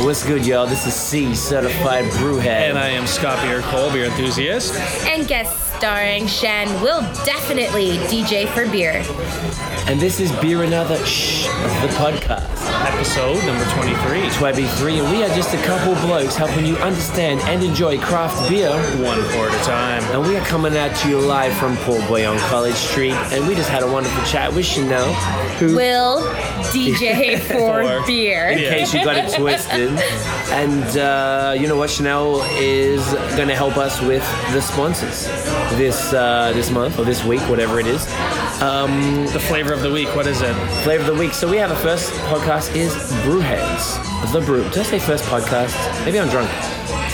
What's good, y'all? This is C, Certified Brewhead. And I am Scott Beer Cole, beer enthusiast. And guest starring Shan will definitely DJ for beer. And this is Beer Another Shh, the podcast. Episode number 23. YB3, and we are just a couple blokes helping you understand and enjoy craft beer. One pour at a time. And we are coming at you live from Paul Boy on College Street. And we just had a wonderful chat with Chanel, who, Will DJ for For beer. in case you got it twisted. And uh, you know what? Chanel is going to help us with the sponsors this uh, this month or this week, whatever it is. Um, The flavor of the week, what is it? flavor of the week. So we have a first podcast is Brewheads. The Brew. Did I say first podcast? Maybe I'm drunk.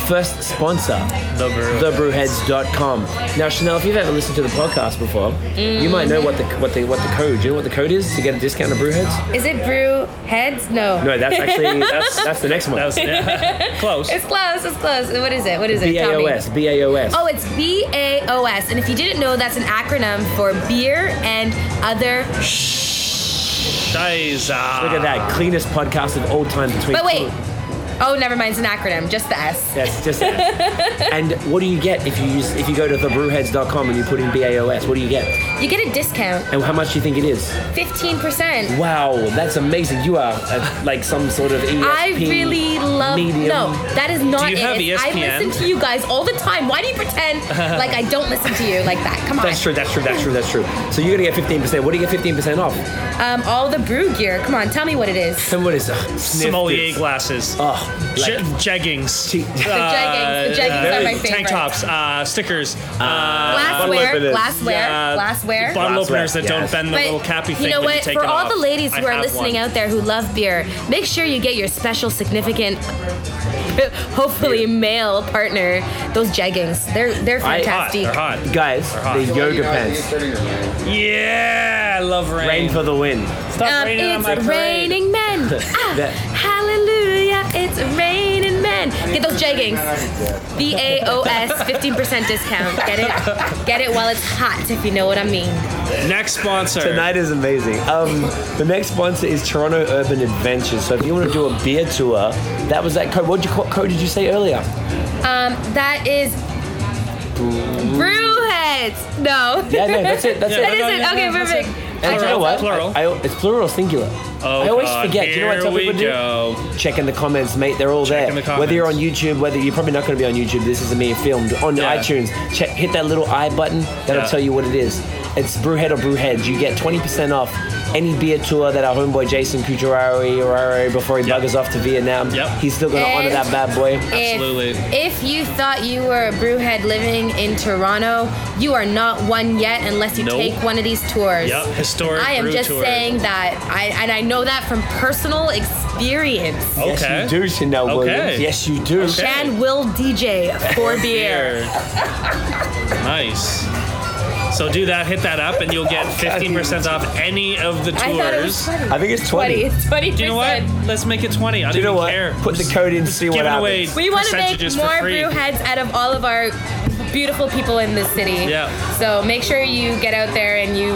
First sponsor, The brew. thebrewheads.com. Now, Chanel, if you've ever listened to the podcast before, you might know what the what the what the code. You know what the code is to get a discount to Brewheads? Is it brew heads? No. No, that's actually that's that's the next one. that was close. It's close, it's close. What is it? What is it? B A Tell O me. S. B A O S. Oh, it's B A O S. And if you didn't know, that's an acronym for beer and other Shiza. Look at that cleanest podcast of all time between. But two- wait. Oh, never mind. It's an acronym. Just the S. That's just. and what do you get if you use if you go to thebrewheads.com and you put in B A O S? What do you get? You get a discount, And how much do you think it is? 15%. Wow, that's amazing. You are uh, like some sort of E ESP. I really love. medium. No, that is not E Do you it. have E It's- I ESPN? listen to you guys all the time. Why do you pretend like I don't listen to you like that? Come on. That's true, that's true, that's true, that's true. So you're gonna get 15%. What do you get 15% off? Um, all the brew gear. Come on, tell me what it is. Someone is. Uh, Sommelier glasses. Oh, like, Je- jeggings. Uh, Che- The jeggings. The jeggings are my favorite. Tank tops, uh, stickers, uh, bottle Glassware, openers. glassware, uh, glassware. bottle openers that Glassware, don't yes. bend the little cappy thing. you know when what? take For it all off. the ladies who I are have listening one. out there who love beer, make sure you get your special significant, hopefully male partner those jeggings. They're they're I- Hot, fantastic. they're hot. Guys, hot. the yoga pants. Yeah, I love rain. Rain for the win. Stop Um, raining on it's my parade. raining men. Ah, That- hallelujah! It's raining men. Get those jeggings. B A O S, fifteen percent discount. Get it? Get it while it's hot, if you know what I mean. Next sponsor. Tonight is amazing. Um, the next sponsor is Toronto Urban Adventures. So if you want to do a beer tour, that was that code. What you, what code did you say earlier? Um, that is brewheads. No. Yeah, no, that's it. That's Yeah, That it. no, isn't yeah, okay. yeah, that's Perfect. And you know Plural, what? plural. I, I- it's plural or singular. Oh, I always God, forget. Do you know what I tell here people we to do? go. Check in the comments, mate. They're all Check there. in the whether you're on comments. YouTube, whether you're probably not going to be on YouTube. This is me filmed on Yeah. iTunes. Check, hit that little I button. That'll Yeah. tell you what it is. It's Brewhead or Brewhead. You get 20% off any beer tour that our homeboy Jason Cucurari or before he Yep. buggers off to Vietnam. Yep. Eh. He's still going to honor And- that bad boy. If- Absolutely. If, you thought you were a brewhead living in Toronto, you are not one yet unless you Nope. take one of these tours. Yep, historic I am brew just tours. saying that, I and I know that from personal experience. Okay. Yes, you do, Chanel Okay. Williams. Yes, you do. Okay. Shan will DJ for beer. Beer. nice. So do that, hit that up, and you'll get 15% off any of the tours. I thought it was funny. I think it's 20. It's 20. Do you know what? Let's make it 20. I don't You know even what? care. Put the code in, see what Giving away happens. We want to make percentages more for free. brewheads out of all of our beautiful people in this city. Yeah. So make sure you get out there and you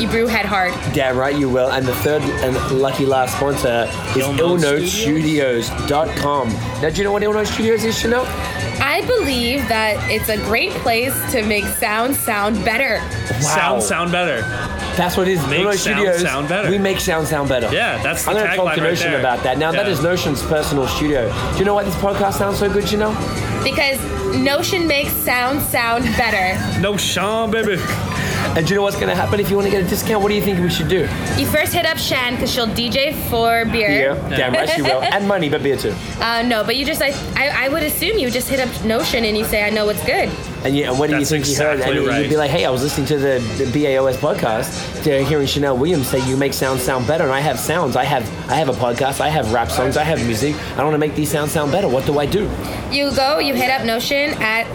you brewhead hard. Damn right you will. And the third and lucky last sponsor is Illnote illnotestudios.com. Now, do you know what Illnote Studios is, Chanel? I believe that it's a great place to make sound sound better. Wow. Sound sound better. That's what it is. Make Illnote sound Studios. sound better. We make sound sound better. Yeah, that's the I'm going to tagline talk to right Notion there. about that. Now, that Yeah. is Notion's personal studio. Do you know why this podcast sounds so good, Chanel? Because Notion makes sound sound better. No Sean, baby. And do you know what's going to happen if you want to get a discount? What do you think we should do? You first hit up Shan because she'll DJ for Beer. beer. Damn right you will. And money, but beer too. Uh, no, but you just I, I I would assume you just hit up Notion and you say I know what's good. And, yeah, and what do you That's think you heard? exactly And you'd right. be like, hey, I was listening to the, the BAOS podcast, to hearing Chanel Williams say you make sounds sound better, and I have sounds. I have I have a podcast. I have rap songs. I have music. I want to make these sounds sound better. What do I do? You go, you hit up Notion at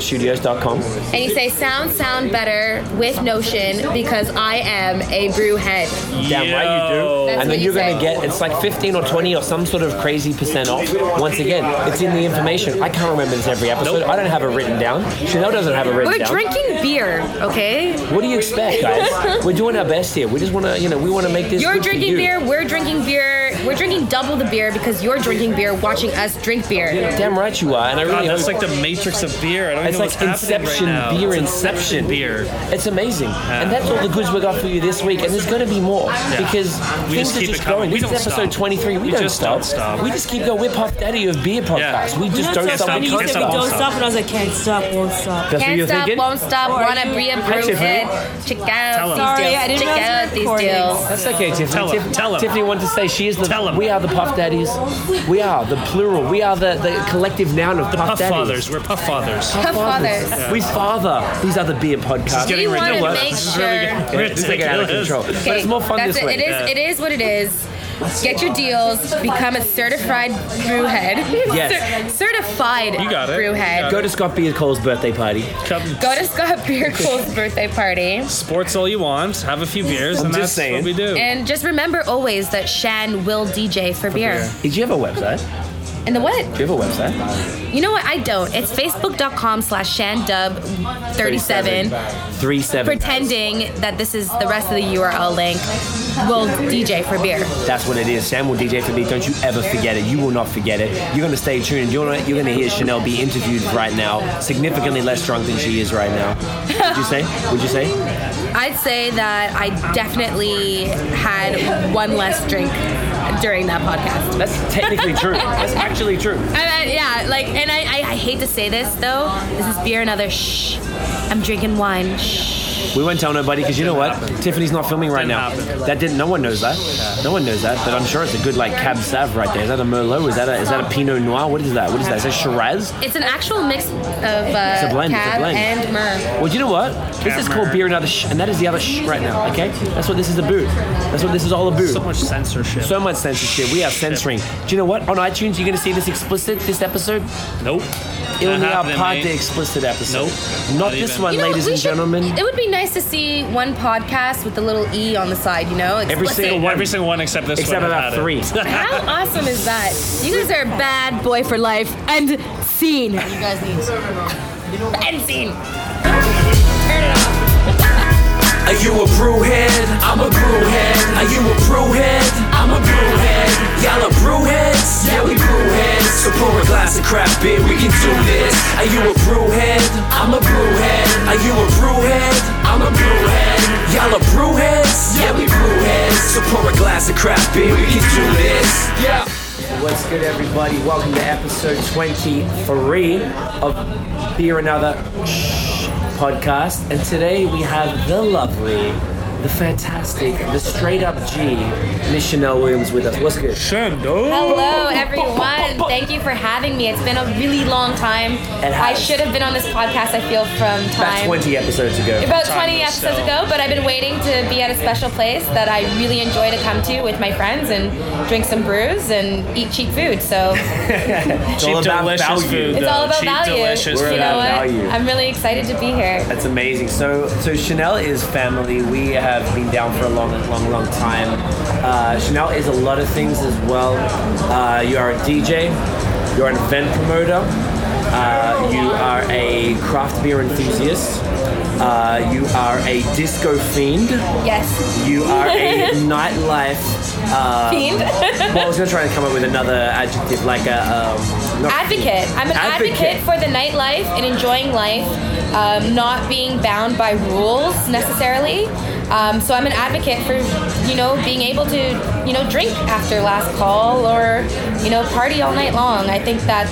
IllNoteStudios.com. and you say sound sound better with Notion because I am a brew head. Damn right you do. Yo. That's and then what you're you gonna say. get it's like 15 or 20 or some sort of crazy percent off. Once again, it's in the information. I can't remember this every episode. I don't have it written down. Chanel doesn't have it written We're down. drinking beer, okay? What do you expect, guys? We're doing our best here. We just wanna, you know, we wanna make this. You're good for drinking you. beer, we're drinking beer. beer. We're drinking double the beer because you're drinking beer, watching us drink beer. Damn right you are, and I God, really that's hope like the matrix of beer. I don't It's even know like what's happening Inception right now. beer, It's Inception beer. it's amazing. And that's all the goods we got for you this week, and there's going to be more because We things just are keep just it coming. growing. We This is don't episode stop. 23. We, We don't, just stop. don't stop. We just keep going. We're Puff Daddy of beer podcast. We just don't, stop. And We you can't said we stop. don't stop, and I was like, can't stop, won't stop. That's what Can't you're stop, thinking? won't stop, Or wanna you- be Hi, improved. Tiffany. Check Tell out 'em. these Sorry, I deals. didn't Check realize out it's these recording. deals. That's okay, Tiffany. Tell 'em, Tiff- tell 'em. Tiffany wanted to say she is the. Tell 'em. We are the Puff Daddies. We are the plural. We are the, the collective noun of Puff, Puff Daddies. fathers. We're puff fathers. Puff fathers. We father these other beer podcasts. We Getting want to ridiculous. make This is sure. really good. Yeah, this is like out of Ridiculous. control. But it's more fun that's this it. way. It is. It is what it is. Get your deals. Become a certified brewhead. Yes. Cer- certified You got it. brewhead. You got Go to Scott Beer Cole's birthday party. Come Go to Scott Beer Cole's birthday party. sports all you want. Have a few beers, I'm and just that's saying. what we do. And just remember always that Shan will DJ for beer. Did you have a website? And the what? Do you have a website? You know what? I don't. It's facebook.com slash shandub37. Three seven. Pretending that this is the rest of the URL link will DJ for beer. That's what it is. Sam will DJ for me. Don't you ever forget it. You will not forget it. You're gonna stay tuned. You're gonna, you're gonna hear Chanel be interviewed right now, significantly less drunk than she is right now. Would you say? Would you say? I'd say that I definitely had one less drink during that podcast. That's technically true. That's actually true. I, I, yeah, like, and I, I, I hate to say this though. This is beer and other shh. I'm drinking wine. Shh. We won't tell nobody because you know what? Tiffany's not filming right Didn't now. happen. That didn't. No one knows that. No one knows that. But I'm sure it's a good like cab sav right there. Is that a merlot? Is that a is that a pinot noir? What is that? What is that? Is that Shiraz? It's an actual mix of uh, It's a blend, it's a cab blend. and myrrh. Well, do you know what? This is called Camera. beer and other sh, and that is the other sh right now. Okay, that's what this is about. That's what this is all about. so much censorship. So much censorship. We are censoring. Do you know what? On iTunes, you're going to see this explicit, this episode. nope. It'll be Not our happening, part mate. the explicit episode. Nope. Not Not this even. one, You know, ladies we and should- gentlemen. It would be nice to see one podcast with the little e on the side. You know, Every explicit. single one. Every single one except this Except one. about I've had it. three. How awesome is that? You guys are a bad boy for life and scene. You guys need and scene. Turn it off. Are you a brew head? I'm a brew head. Are you a brew head? I'm a brew head. Y'all are brew heads? Yeah, we brew heads. So pour a glass of craft beer, we can do this. Are you a brew head? I'm a brew head. Are you a brew head? I'm a brew head. Y'all are brew heads? Yeah, we brew heads. So pour a glass of craft beer, we can do this. Yeah. What's good, everybody? Welcome to episode 23 of Beer Another Shh podcast. And today we have the lovely, the fantastic, the straight up G, Miss Chanel Williams with us. What's good? Oh. Hello, everyone. Thank you for having me. It's been a really long time. It I has. should have been on this podcast, I feel, from About time. 20 episodes ago. About 20 episodes ago, but I've been waiting to be at a special place that I really enjoy to come to with my friends and drink some brews and eat cheap food. So It's Cheap all about delicious value. food. it's though. all about Cheap value. delicious We're you food. know about what? value. I'm really excited to be here. That's amazing. So, so Chanel is family. We have been down for a long, long, long time. Uh, Chanel is a lot of things as well. Uh, you are a DJ. You're an event promoter. Uh, you are a craft beer enthusiast. Uh, you are a disco fiend. Yes. You are a nightlife. Uh, Fiend. well, I was gonna try and come up with another adjective, like a um, not advocate. I'm an advocate, Advocate. for the nightlife and enjoying life, um, not being bound by rules necessarily. Um, so I'm an advocate for you know being able to you know drink after last call or you know party all night long. I think that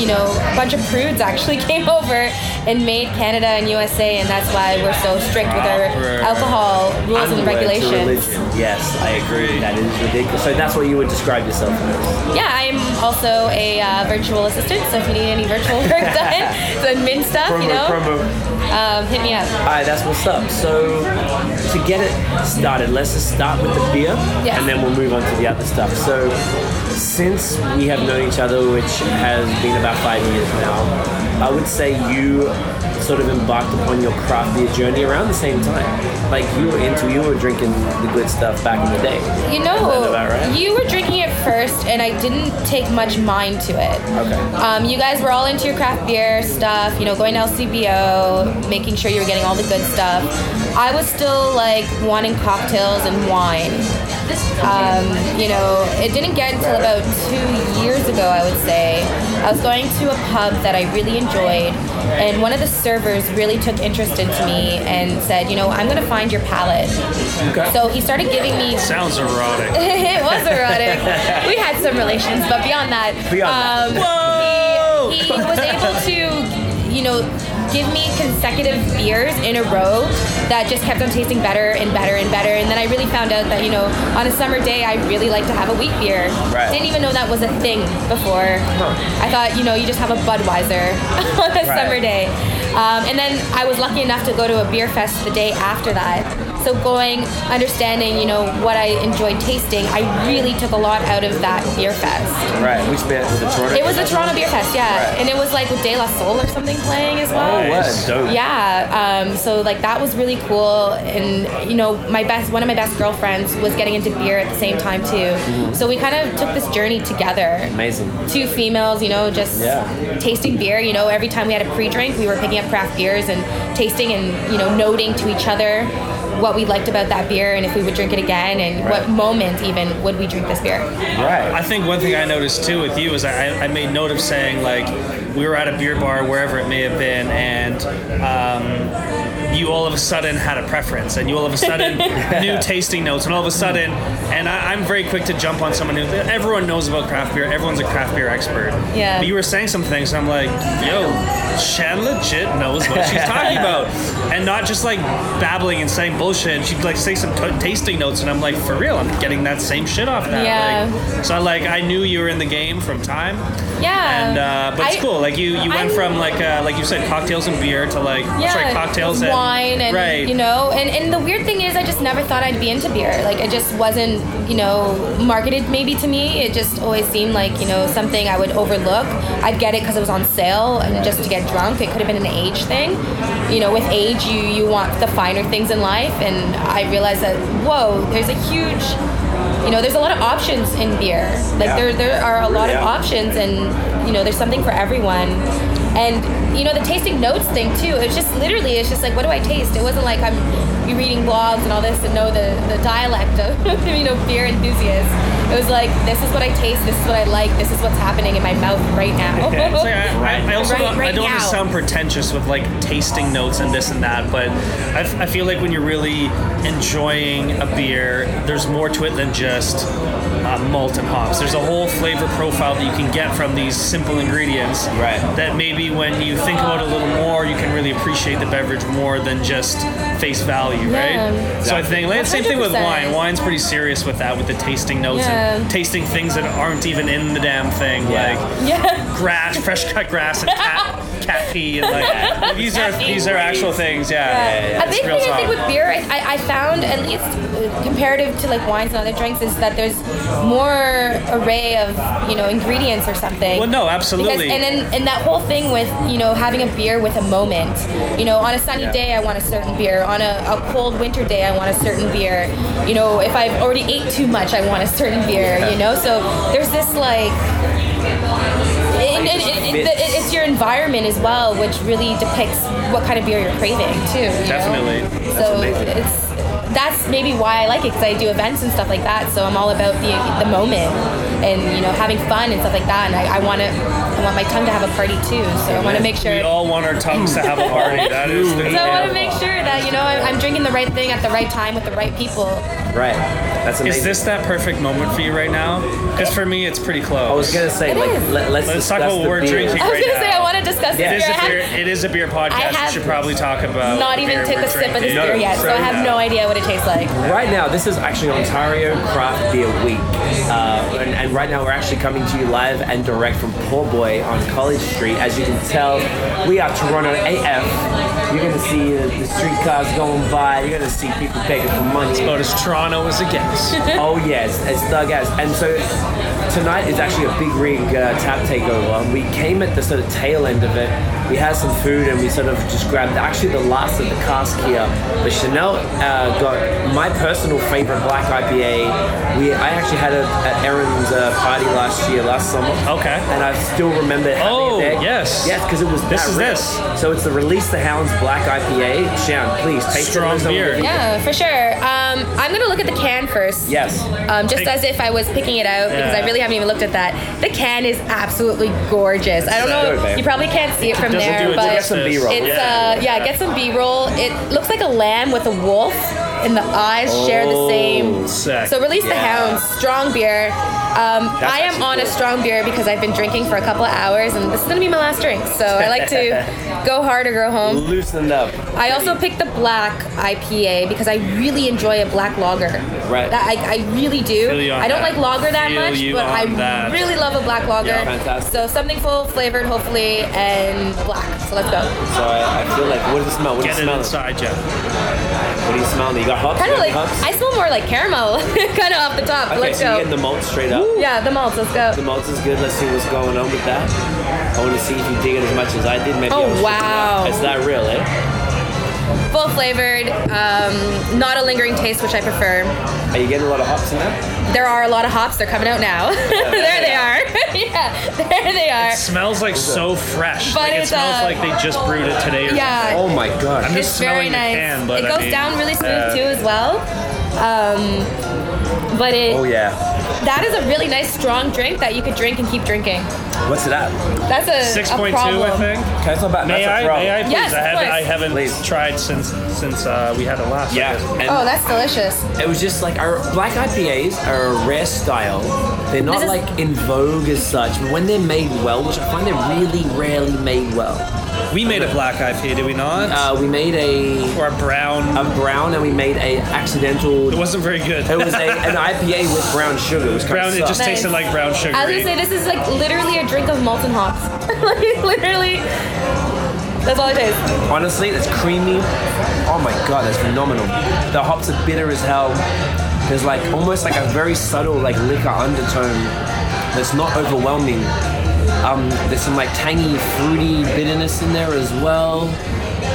you know a bunch of prudes actually came over and made Canada and USA, and that's why we're so strict with our alcohol rules and underwear to regulations. religion. Yes, I agree. That is ridiculous. So that's what you would describe yourself as. Yeah, I'm also a uh, virtual assistant, so if you need any virtual work done, the admin stuff, you know, Um, hit me up. All right, that's what's up. So to get it started, let's just start with the beer, Yes. and then we'll move on to the other stuff. So since we have known each other, which has been about five years now, I would say you sort of embarked upon your craft beer journey around the same time. Like you were into, you were drinking the good stuff back in the day. You know, Sound about right? you were drinking it first, and I didn't take much mind to it. Okay. Um, you guys were all into your craft beer stuff, you know, going to LCBO, making sure you were getting all the good stuff. I was still like wanting cocktails and wine. Um, you know, it didn't get until about two years ago, I would say. I was going to a pub that I really enjoyed, and one of the servers really took interest into me and said, you know, I'm going to find your palate. So he started giving me Sounds erotic. it was erotic. we had some relations, but beyond that, Beyond that. um, He, he was able to, you know, give me consecutive beers in a row that just kept on tasting better and better and better. And then I really found out that, you know, on a summer day, I really like to have a wheat beer. Right. Didn't even know that was a thing before. I thought, you know, you just have a Budweiser Uh-huh. on a Right. summer day. Um, and then I was lucky enough to go to a beer fest the day after that. So going, understanding, you know, what I enjoyed tasting, I really took a lot out of that beer fest. Right, which band was it? Toronto? It was the Toronto Beer Fest, yeah, Right. and it was like with De La Soul or something playing as well. Oh, what? Nice. Dope. Yeah, um, so like that was really cool, and you know, my best one of my best girlfriends was getting into beer at the same time too. Mm-hmm. So we kind of took this journey together Amazing. two females, you know, just Yeah. tasting beer. You know, every time we had a pre-drink, we were picking up craft beers and tasting and you know noting to each other what we liked about that beer and if we would drink it again and Right. what moment even would we drink this beer. Right. I think one thing I noticed too with you is I, I made note of saying like we were at a beer bar wherever it may have been and um, you all of a sudden had a preference and you all of a sudden knew tasting notes and all of a sudden and I, I'm very quick to jump on someone who everyone knows about craft beer everyone's a craft beer expert Yeah. but you were saying some things and I'm like yo Shan legit knows what she's talking about and not just like babbling and saying bullshit she'd like say some t- tasting notes and I'm like for real I'm getting that same shit off that Yeah. like, so like I knew you were in the game from time. Yeah. And uh, but it's Um, I- cool. Like you, you went I'm- from like uh, like you said cocktails and beer to like yeah, sorry cocktails and wine and right. you know and, and the weird thing is I just never thought I'd be into beer like it just wasn't you know marketed maybe to me it just always seemed like you know something I would overlook I'd get it because it was on sale and just to get drunk it could have been an age thing you know with age you you want the finer things in life and I realized that whoa there's a huge you know there's a lot of options in beer like Yeah. there there are a lot of Yeah. options options and you know there's something for everyone and you know the tasting notes thing too it's just literally it's just like what do i taste it wasn't like i'm reading blogs and all this and know the, the dialect of you know beer enthusiasts it was like this is what i taste this is what i like this is what's happening in my mouth right now It's like, I, I, I also Right, don't, I right don't want to now. sound pretentious with like tasting notes and this and that, but I, f- I feel like when you're really enjoying a beer, there's more to it than just uh, malt and hops. There's a whole flavor profile that you can get from these simple ingredients. Right. That maybe when you think about it a little more, you can really appreciate the beverage more than just face value, Yeah. right? So I think like, same thing with 100%. wine. Wine's pretty serious with that, with the tasting notes Yeah. and tasting things that aren't even in the damn thing, Yeah. like yeah grass, fresh cut grass, and cat, cat pee, and like these are these are actual things. Yeah, yeah, yeah, A it's big real thing I think talk. with beer, I, I- I found at least uh, comparative to like wines and other drinks, is that there's more array of you know ingredients or something. Well, no, absolutely. Because, and then and that whole thing with you know having a beer with a moment. You know, on a sunny day, I want a certain beer. On a, a cold winter day, I want a certain beer. You know, if I've already ate too much, I want a certain beer. You know, so there's this like. And, and, and- and the- fits. it's your environment as well, which really depicts what kind of beer you're craving too. you know? Definitely. So amazing. it's that's maybe why I like it because I do events and stuff like that. So I'm all about the the moment and you know having fun and stuff like that. And I, I want to I want my tongue to have a party too. So I want to make We sure. all want our tongues to have a party. That is the So I want deal. to make sure that you know I'm, I'm drinking the right thing at the right time with the right people. right. That's amazing. Is this that perfect moment for you right now? Because for me, it's pretty close. I was gonna say, It like, is. let, us Let's talk discuss about the word beer. drinking. I was Right gonna say now. I want to discuss Yeah. it is this beer. a I beer. have It is a beer podcast. I have we should probably talk about. not the even beer took we're a sip of this drinking. beer yet, so I Yeah. have no idea what it tastes like. Right now, this is actually Ontario Craft Beer Week, uh, and, and right now we're actually coming to you live and direct from Poor Boy on College Street. As you can tell, we are Toronto AF. You're gonna see uh, the streetcars going by. You're gonna see people begging for money. About as Toronto as it gets. oh yes, as thug as. And so tonight is actually a big rig uh, tap takeover. We came at the sort of tail end of it. We had some food and we sort of just grabbed actually the last of the cask here. But Chanel uh, got my personal favorite black IPA. We I actually had it at Erin's uh, party last year, last summer. Okay. And I still remember. having Oh, it there. yes. Yes, because it was This that is rich. this. So it's the Release the Hounds Black IPA. Shan, please taste it. Strong Let us know what beer. you think. Yeah, for sure. Um, I'm gonna look at the can first. Yes. Um, just Take- as if I was picking it out because I Yeah. really haven't even looked at that. The can is absolutely gorgeous. I don't know. good, babe. you probably can't see it from Doesn't there, do it but Get some justice. B-roll. it's uh yeah, get some B-roll. It looks like a lamb with a wolf, and the eyes share the same. Sick. So release the Yeah. hounds, strong beer. Um, I am actually on a cool. strong beer because I've been drinking for a couple of hours, and this is gonna be my last drink. So I like to go hard or go home. Loosened up. I also picked the black IPA because I really enjoy a black lager. Right. That I, I really do. Feel you on I don't that. like lager that Feel much, you but I on that. really love a black lager. Yeah, fantastic. So something full flavored, hopefully, and black. So let's go. So I, I feel like what does it smell? What do you Get it smell? inside you. What do you smell? You got hops? Kind you got of like hops? I smell more like caramel, kind of off the top. okay, let's so go. you're getting the malt straight up. yeah, the malts. Let's The go. malt is good. Let's see what's going on with that. I want to see if you dig it as much as I did. Maybe Oh, I was tripping wow. out. It's not real, eh? Full flavored, um, not a lingering taste, which I prefer. Are you getting a lot of hops in that? There are a lot of hops. They're coming out now. there they are. yeah, there they are. It smells like so fresh. But like it it's, smells uh, like they just brewed it today. Or Yeah. something. Oh my god. I'm just It's smelling very the nice. can, but it I goes mean, down really smooth uh, too as well. Um, but it Oh yeah. that is a really nice strong drink that you could drink and keep drinking. What's it at? That's a Six a point two, problem. I think. Okay, it's not bad. May Uh, That's a I? problem. May I? Please. Yes, I, of haven't, course. I haven't Please. tried since since uh, we had it last. I Yeah. guess. And Oh, that's delicious. It was just like our black IPAs are a rare style. They're not This is- like in vogue as such, but when they're made well, which I find they're really rarely made well. We made a black IPA, did we not? Uh, we made a or a brown. Uh, a brown and we made a accidental. it wasn't very good. It was a, an IPA with brown sugar. It was kind brown. of It just Nice. tasted like brown sugar. I was gonna say this is like literally a drink of malt and hops. like literally, that's all it is. honestly, it's creamy. Oh my god, that's phenomenal. The hops are bitter as hell. There's like almost like a very subtle like liquor undertone that's not overwhelming. Um, there's some like tangy, fruity bitterness in there as well.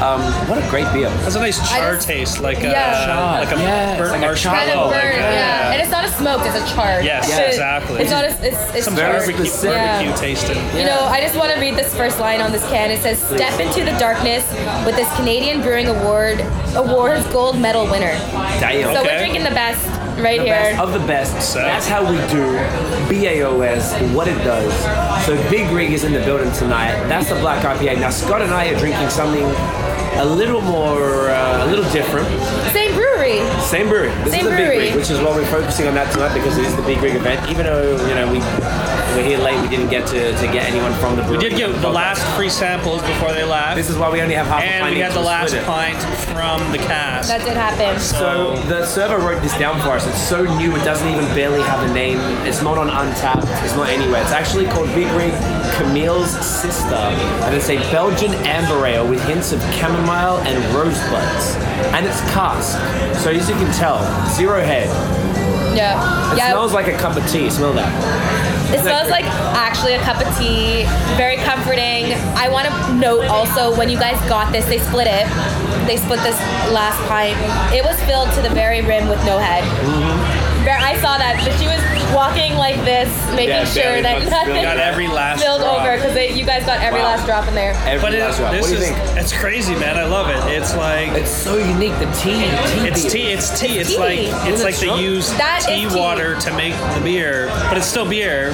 Um, what a great beer. That's a nice char I just- taste, like Yeah. a Char, like a yeah, burnt it's like a char. marshmallow. Kind of Oh, burnt, like, yeah. And it's not a smoke; it's a char. Yes, It's a- exactly. It's not a. It's, it's Some Very charred. barbecue, specific. barbecue Yeah. tasting. You know, I just want to read this first line on this can. It says, "Step into the darkness with this Canadian Brewing Award Awards Gold Medal winner." Damn. So Okay. we're drinking the best right the here. best of the best. So- That's how we do BAOS, what it does. So Big Rig is in the building tonight. That's the Black IPA. Now Scott and I are drinking something a little more, uh, a little different. Same brewery. Same brewery. This Same is the Big brewery. Rig, which is why we're focusing on that tonight because it is the Big Rig event. Even though you know we we're here late, we didn't get to, to get anyone from the We brewery. did get the last free samples before they left, This is why we only have half. a and pint we each had the to last split it. pint from the cast. That did happen. So the server wrote this down for us. It's so new, it doesn't even barely have a name. It's not on Untapped. It's not anywhere. It's actually called Big Rig Camille's Sister, and it's a Belgian amber ale with hints of chamomile and rosebuds. And it's cast, so as you can tell, zero head. Yeah. It yeah. smells like a cup of tea. Smell that. It smells like actually a cup of tea. Very comforting. I want to note also when you guys got this, they split it. They split this last pint. It was filled to the very rim with no head. Mm-hmm. Ver- I saw that, but she was walking like this, making Yeah, sure barely that got- nothing got every last spilled drop. over because you guys got every Wow. last drop in there. Every But it, last drop. this What do you is think? it's crazy, man. I love it. It's like It's so unique. The tea. tea beer. it's tea. It's tea. It's tea. like it's Isn't like it they strong? use That tea is tea. water to make the beer, but it's still beer.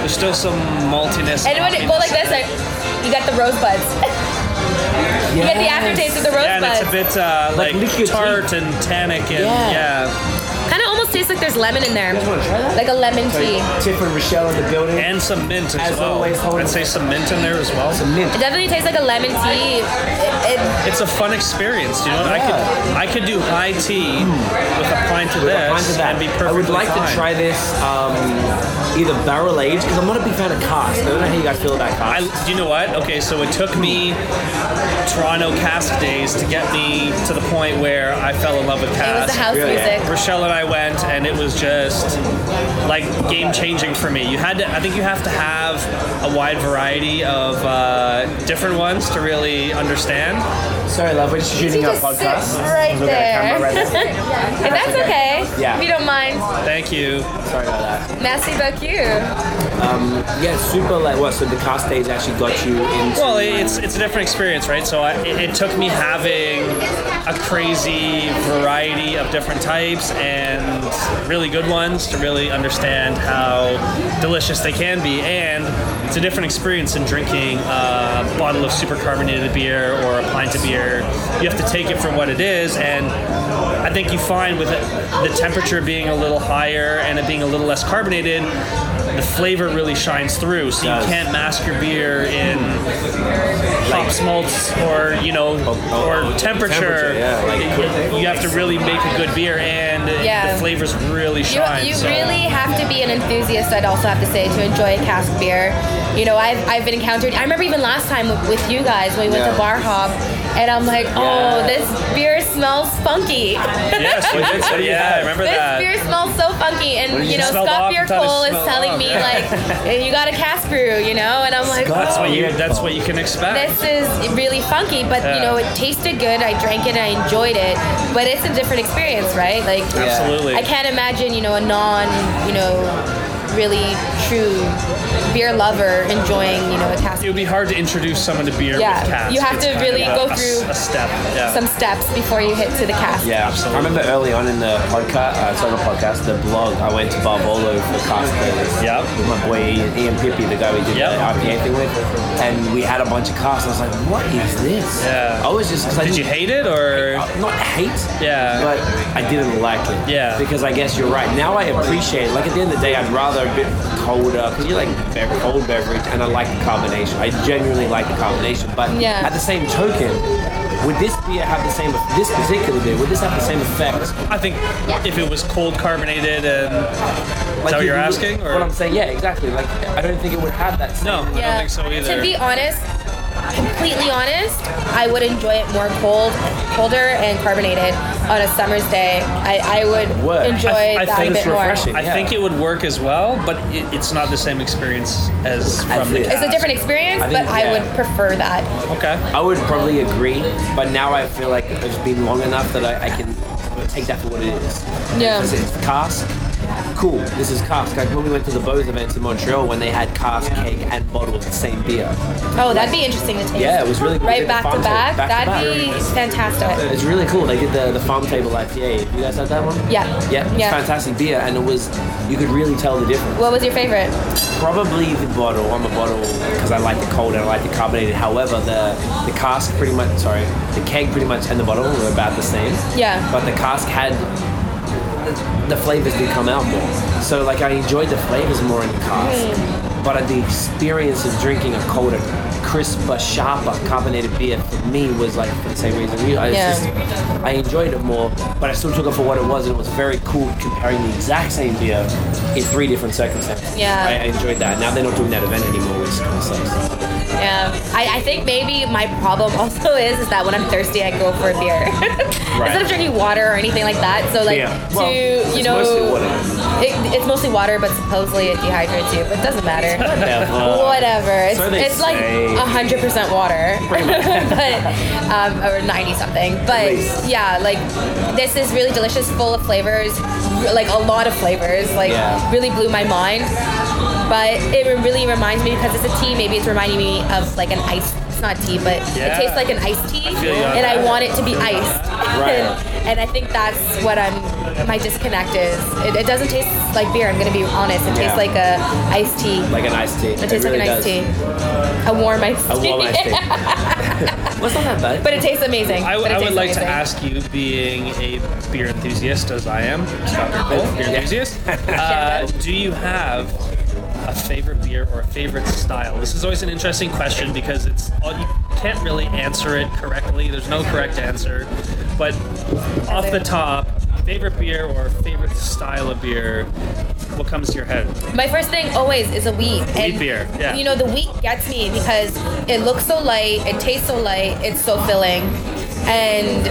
There's still some maltiness. And when it goes like this, like you got the rosebuds. you get the Yes. aftertaste of the yeah, and rosebuds. it's a bit uh, Like like, liquid tea. tart and tannic, and Yeah. yeah. Kind of almost tastes like there's lemon in there. guys wanna try that? Like a lemon tea. Tiff and Rochelle in the building. and some mint as, As well. always, hold I'd on. say some mint in there as well. Some mint. It definitely tastes like a lemon tea. It, it, It's a fun experience, you know. Yeah. Hmm. I could I could do high tea with a pint of With a this pint of that. and be perfectly I would like fine. to try this um, either barrel aged because I'm not a big fan of cask. I don't know how you guys feel about I, cask. do you know what? Okay, so it took me Toronto cask days to get me to the point where I fell in love with it was cask. the house really? music. Rochelle and I went, and it was just like game changing for me. You had to, I think you have to have a wide variety of uh, different ones to really understand. Sorry, love, we're just shooting She our just podcast. sits right We've got a camera there. right there. If that's okay, Yeah. if you don't mind, Thank you. Sorry about that. Massey Buck you. Yeah, super like what? So the cast days actually got you into. Well, it- it's it's a different experience, right? So I, it, it took me having a crazy variety of different types and really good ones to really understand how delicious they can be. And it's a different experience than drinking a bottle of super carbonated beer or a pint of beer. You have to take it for what it is, and I think you find with it, the temperature being a little higher and it being a little less carbonated. The flavor really shines through, so Does. you can't mask your beer in hops, malts, or you know, or temperature. oh, Temperature, yeah, like- You- you have to really make a good beer, and uh, Yeah. the flavors really You, shine. you so. really have to be an enthusiast, I'd also have to say, to enjoy a cask beer. You know, I've, I've been encountered, I remember even last time with, with you guys when we went Yeah. to Bar Hop, and I'm like, oh, Yeah. this beer smells funky. yes, we did say- yeah, I remember This that. beer smells so funky, and you know smelled Scott off Beer and thought it Cole is smelled telling off. me like, "Hey, you got a cast brew, you know, and I'm like, That's what you. Oh, That's what you can expect. this is really funky, but you Yeah. know it tasted good. I drank it, I enjoyed it, but it's a different experience, right? Like, Absolutely. I can't imagine you know a non you know really true beer lover enjoying you know a cast It would be hard to introduce someone to beer Yeah, with cats. you have to really a, go a s- through a step. Yeah. some steps before you hit to the cast. Yeah, Absolutely. I remember early on in the podcast, uh, sort of podcast, the blog, I went to Barvolo for cast days. Yep. With my boy Ian Pippi, the guy we did Yep. the RPA thing with, and we had a bunch of casts. I was like, what is this? Yeah. I was just. Cause I Did you didn't- hate it or? Uh, not hate, Yeah. but I didn't like it. Yeah. because I guess you're right. Now I appreciate. Like at the end of the day, I'd rather a bit colder because you like bev- cold beverage, and I like the combination. I genuinely like the combination. But Yeah. at the same token, would this beer have the same? This particular beer would this have the same effect? I think if it was cold carbonated and Like that what if you're you- asking, or- what I'm saying? Yeah, exactly. Like I don't think it would have that. Same. no, I don't think so either. To be honest, completely honest, I would enjoy it more cold, colder and carbonated on a summer's day. I, I would Would. enjoy I- I that think a bit it's more. refreshing. I Yeah. think it would work as well, but it, it's not the same experience as from the it. cast. It's a different experience, I but think- I yeah. would prefer that. Okay. I would probably agree, but now I feel like it's been long enough that I, I can take that for what it is. Yeah. Because it's cask. Cool, this is cask. Like when we went to the Bose events in Montreal when they had cask, keg, and bottle of the same beer. Oh, that'd be interesting to taste. Yeah, it was really cool. They Right did back farm to table, back. back to That'd back. be fantastic. It's really cool. They did the, the farm table IPA. You guys had that one? Yeah. Yeah, it's Yeah. fantastic beer, and it was, you could really tell the difference. What was your favorite? Probably the bottle. I'm a bottle because I like the cold and I like the carbonated. However, the the cask pretty much, sorry, the keg pretty much and the bottle were about the same. Yeah. But the cask had the, the flavors did come out more. So like I enjoyed the flavors more in the cask, Mm. but the experience of drinking a colder, crisper, sharper carbonated beer for me was like for the same reason. You, I was Yeah. just I enjoyed it more, but I still took it for what it was, and it was very cool comparing the exact same beer in three different circumstances. Yeah. I, I enjoyed that. Now they're not doing that event anymore, which kind of sucks. Yeah, Um, I, I think maybe my problem also is is that when I'm thirsty, I go for a beer instead of drinking water or anything like that. So like Yeah. to Well, it's you know, mostly water. It, it's mostly water, but supposedly it dehydrates you, but it doesn't matter. uh, Whatever. It's, So they it's like say. hundred percent water, but um, or ninety something. But least. yeah, like this is really delicious, full of flavors, r- like a lot of flavors. Like Yeah. really blew my mind. But it re- really reminds me because it's a tea. Maybe it's reminding me of like an ice. It's not tea, but it Yeah. tastes like an iced tea, feel you on and I that. want it to be iced. Right. and I think that's what I'm. My disconnect is. It, it doesn't taste like beer. I'm gonna be honest. It Yeah. tastes like a iced tea. Like an iced tea. It tastes really like an does. iced tea. A warm iced tea. A warm iced tea. What's not that bad? but it tastes amazing. I, But it I would tastes like to amazing. ask you, being a beer enthusiast as I am, Scott Cole, Oh, beer enthusiast, uh, do you have a favorite beer or a favorite style? This is always an interesting question because it's all, you can't really answer it correctly. There's no correct answer, but off the top, favorite beer or favorite style of beer, what comes to your head? My first thing always is a wheat. and beer, yeah. You know, the wheat gets me because it looks so light, it tastes so light, it's so filling, and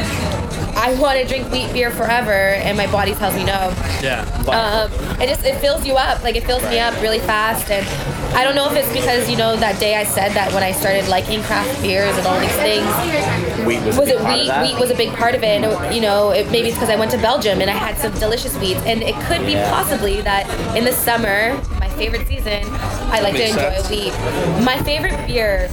I want to drink wheat beer forever, and my body tells me no. Yeah. Um, it just it fills you up. Like it fills me up really fast. And I don't know if it's because you know that day I said that when I started liking craft beers and all these things, Wheat was, a was big it part of wheat? that. Wheat was a big part of it. And it- you know, it, maybe it's because I went to Belgium and I had some delicious wheat. And it could be Yeah. possibly that in the summer, my favorite season, I like to Makes enjoy sense. wheat. My favorite beer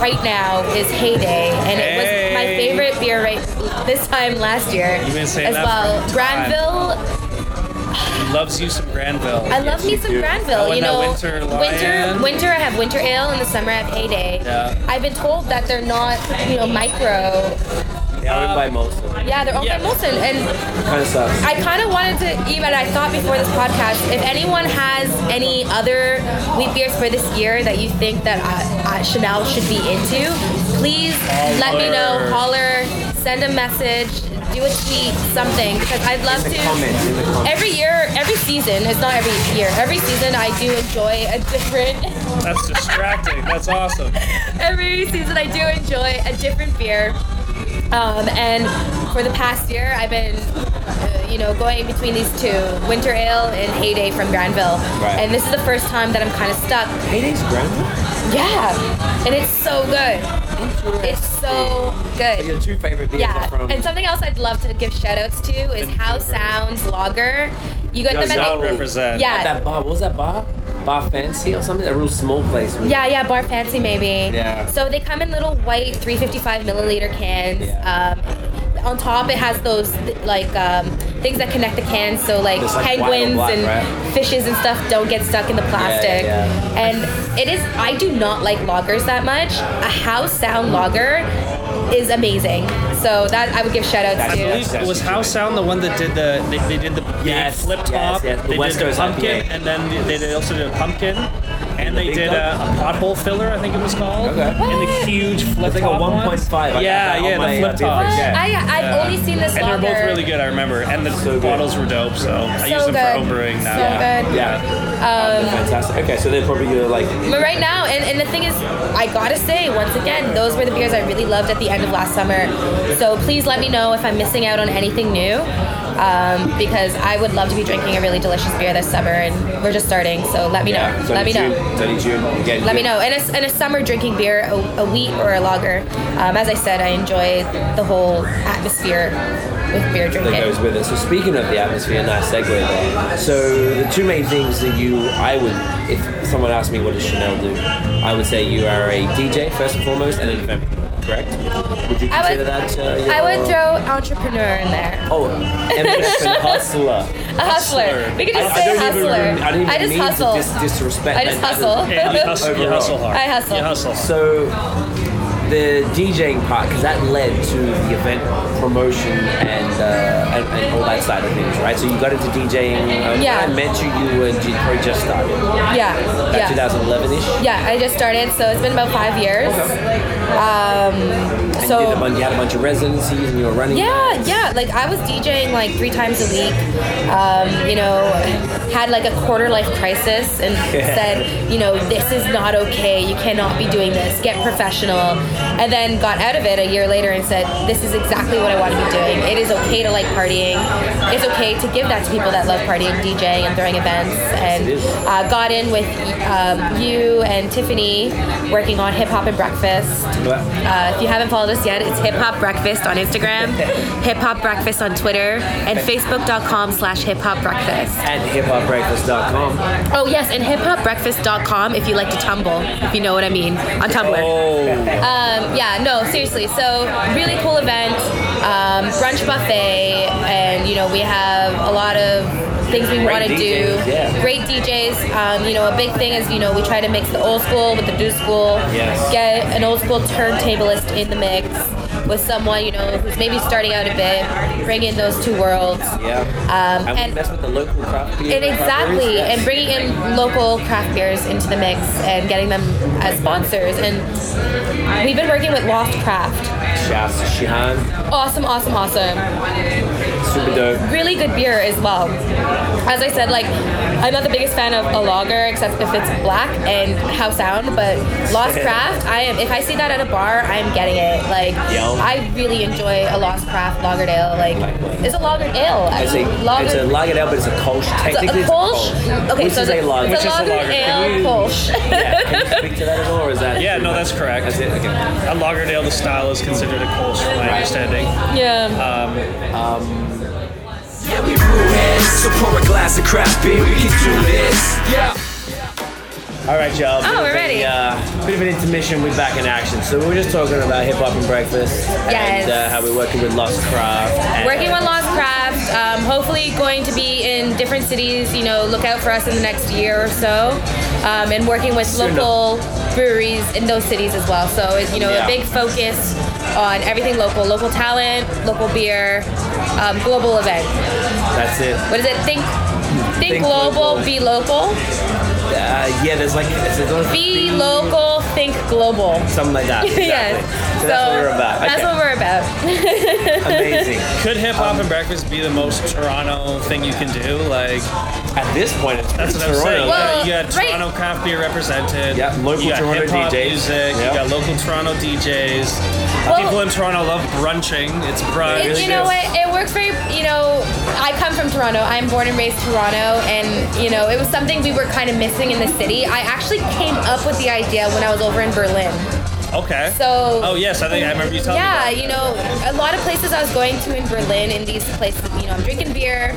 right now is Heyday, and it was my Hey. favorite beer right this time last year You've been as saying that for a well. time. Granville Loves you some Granville. I love me some Granville. Oh, and you that know, winter winter, lion. winter, I have winter ale, and the summer I have heyday. Yeah. I've been told that they're not, you know, micro. They own it by most of them. Yeah, they're owned Yeah. by Molson, and Kind of sucks. um, I kind of wanted to even. I thought before this podcast, if anyone has any other wheat beers for this year that you think that I, I, Chanel should be into, please let me know. Holler, send a message, do a tweet, something, because I'd love In the to. comments, in the comments. Every year, every season, it's not every year, every season I do enjoy a different, That's distracting. That's awesome. every season I do enjoy a different beer. Um, and for the past year, I've been, uh, you know, going between these two, Winter Ale and Heyday from Granville. Right. And this is the first time that I'm kind of stuck. Heyday's Granville? Yeah. And it's so good. It's so good. Your two favorite beers are Yeah, from. and something else I'd love to give shout outs to is How Sounds Lager. You got Does them not at the- represent. Yeah, that bar, what was that bar? Bar Fancy or something? A real small place. with- yeah, yeah, Bar Fancy maybe. Yeah. So they come in little white 355 milliliter cans. Yeah. Um, on top it has those th- like um, things that connect the cans, so like It's like white or penguins black, and right? fishes and stuff don't get stuck in the plastic. yeah. And it is I do not like lagers that much. A House Sound Lager is amazing. So that I would give shout outs That's I to. amazing. believe was House Sound the one that did the they, they did the they Yes, did flip yes, top, yes, the they West did the Coast pumpkin, IPA. and then they did, also did a pumpkin, and they big did a, a pothole filler, I think it was called, Okay. and the What? huge flip It's like a top one. 1.5. I got Yeah, that on yeah, my, the uh, flip top. paper. Yeah. I, I've Yeah. only seen this And they're lager. both really good. I remember, and the So good. bottles were dope, so, I So use them good. for homebrewing now. So yeah. good. Yeah. Um, fantastic. Okay, so they're probably gonna like. But right now, and, and the thing is, I gotta say, once again, those were the beers I really loved at the end of last summer. So please let me know if I'm missing out on anything new, um, because I would love to be drinking a really delicious beer this summer, and we're just starting. So let me Yeah, know. it's Let only me know. June. It's only June. Again, Let me good. know. And a, and a summer drinking beer, a, a wheat or a lager. Um, as I said, I enjoy the whole atmosphere with beer drinking. that goes with it. So speaking of the atmosphere, nice segue there. So the two main things that you, I would, if someone asked me what does Chanel do, I would say you are a DJ first and foremost, and an event, correct? Would you consider I would, that? Uh, your, I would throw entrepreneur in there. Oh, MF and hustler. A hustler. We could just I- say I don't hustler. Even, I don't even just mean hustle. To dis- disrespect. I just that hustle. doesn't- And you hustle, you Overall. hustle hard. I hustle. You hustle. hard. So the DJing part, because that led to the event promotion and, uh, and and all that side of things, right? So you got into DJing. Um, Yeah. When I met you, you were you probably just started. yeah. Like Yeah. 2011-ish. Yeah, I just started, so it's been about five years. Um, And you, did a so bunch, you had a bunch of residencies and you were running. yeah, yeah. Like I was DJing like three times a week. Um, you know, had like a quarter life crisis and said, you know, this is not okay. You cannot be doing this. Get professional. And then got out of it a year later and said, this is exactly what I want to be doing. It is okay to like partying. It's okay to give that to people that love partying, DJing, and throwing events. And it is. uh, got in with um, you and Tiffany working on Hip Hop and Breakfast. But- Uh, if you haven't followed us yet, it's Hip Hop Breakfast on Instagram, Hip Hop Breakfast on Twitter, and Facebook.com slash Hip Hop Breakfast. At hiphopbreakfast.com. Oh, yes, and HipHopBreakfast.com if you like to tumble, if you know what I mean, on Tumblr. Oh, Um, yeah, no, seriously. So really cool event, um, brunch buffet, and you know we have a lot of things we want to do. DJs, yeah. Great DJs. Um, you know, a big thing is you know we try to mix the old school with the new school. Yes. Get an old school turntablist in the mix with someone you know who's maybe starting out a bit. Bring in those two worlds. Yeah. and, Um, we and- mess with the local craft beer. And craft breweries, exactly, yes. and bringing in local craft beers into the mix and getting them as sponsors. And we've been working with Loft Craft. Shouts to Shihan. Awesome, awesome, awesome. Super dope. Really good beer as well. as I said, like I'm not the biggest fan of a lager except if it's black and house sound, but Lost Craft, I am. If I see that at a bar, I'm getting it. Like Yo. I really enjoy a Lost Craft lagered ale. Like it's a lagered ale. It's actually. a, it's a lager ale, but it's a Kolsch. it's a Technically, it's a Kolsch. Okay, which so is the- a lager. It's a is a lagered lager. Can ale you- Kolsch. Yeah, can you speak to that at all, or is that? Yeah, no, that's correct. That's it. Okay. A Lagerdale, the style is considered a Kolsch, from my understanding. Uh, yeah. Yeah, we brew heads, so pour a glass of craft beer. We can do this. Yeah. All right, y'all. Oh, we're ready. A, uh, bit of an intermission. We're back in action. So we were just talking about hip hop and breakfast, Yes. and uh, how we're working with Lost Craft. and- Working with Lost Craft. Um, hopefully, going to be in different cities. You know, look out for us in the next year or so. Um, and working with Soon local breweries in those cities as well. So, it- you know, Yeah. a big focus on everything local, local talent, local beer, um, global event. That's it. What is it? Think, think, Think global, local. be local. Uh, yeah, there's like it's, it's almost Be local, think global. something like that. Exactly. yes. So that's what we're about. that's Okay. what we're about. Amazing. Could hip hop and breakfast be the most Toronto thing you can do? Like, At this point, it's that's what I'm Toronto. saying. Well, you got right. Toronto craft beer represented. Yeah, local you got Toronto hip-hop DJs. music. Yeah. You got local Toronto DJs. Well- People in Toronto love brunching. It's brunch. It- you know what? It works very. You know, I come from Toronto. I'm born and raised Toronto, and you know, it was something we were kind of missing in the city. I actually came up with the idea when I was over in Berlin. Okay. So. Oh yes, I think I remember you telling Yeah, me. you know, a lot of places I was going to in Berlin, in these places, you know, I'm drinking beer,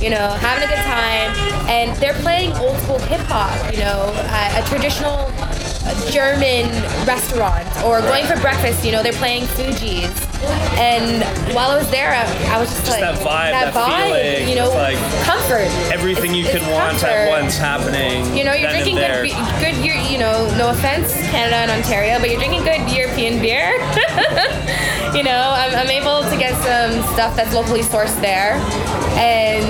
you know, having a good time, and they're playing old school hip hop, you know, uh, a traditional German restaurant, or going for breakfast, you know, they're playing Fuji's. And while I was there, I, I was just, like, that vibe, that feeling, you know, it's like comfort. that. Everything It's- you it's could want at comfort. once happening. You know, you're then and drinking there. good, be- good, Eu- you know, no offense, Canada and Ontario, but you're drinking good European beer. you know, I'm, I'm able to get some stuff that's locally sourced there, and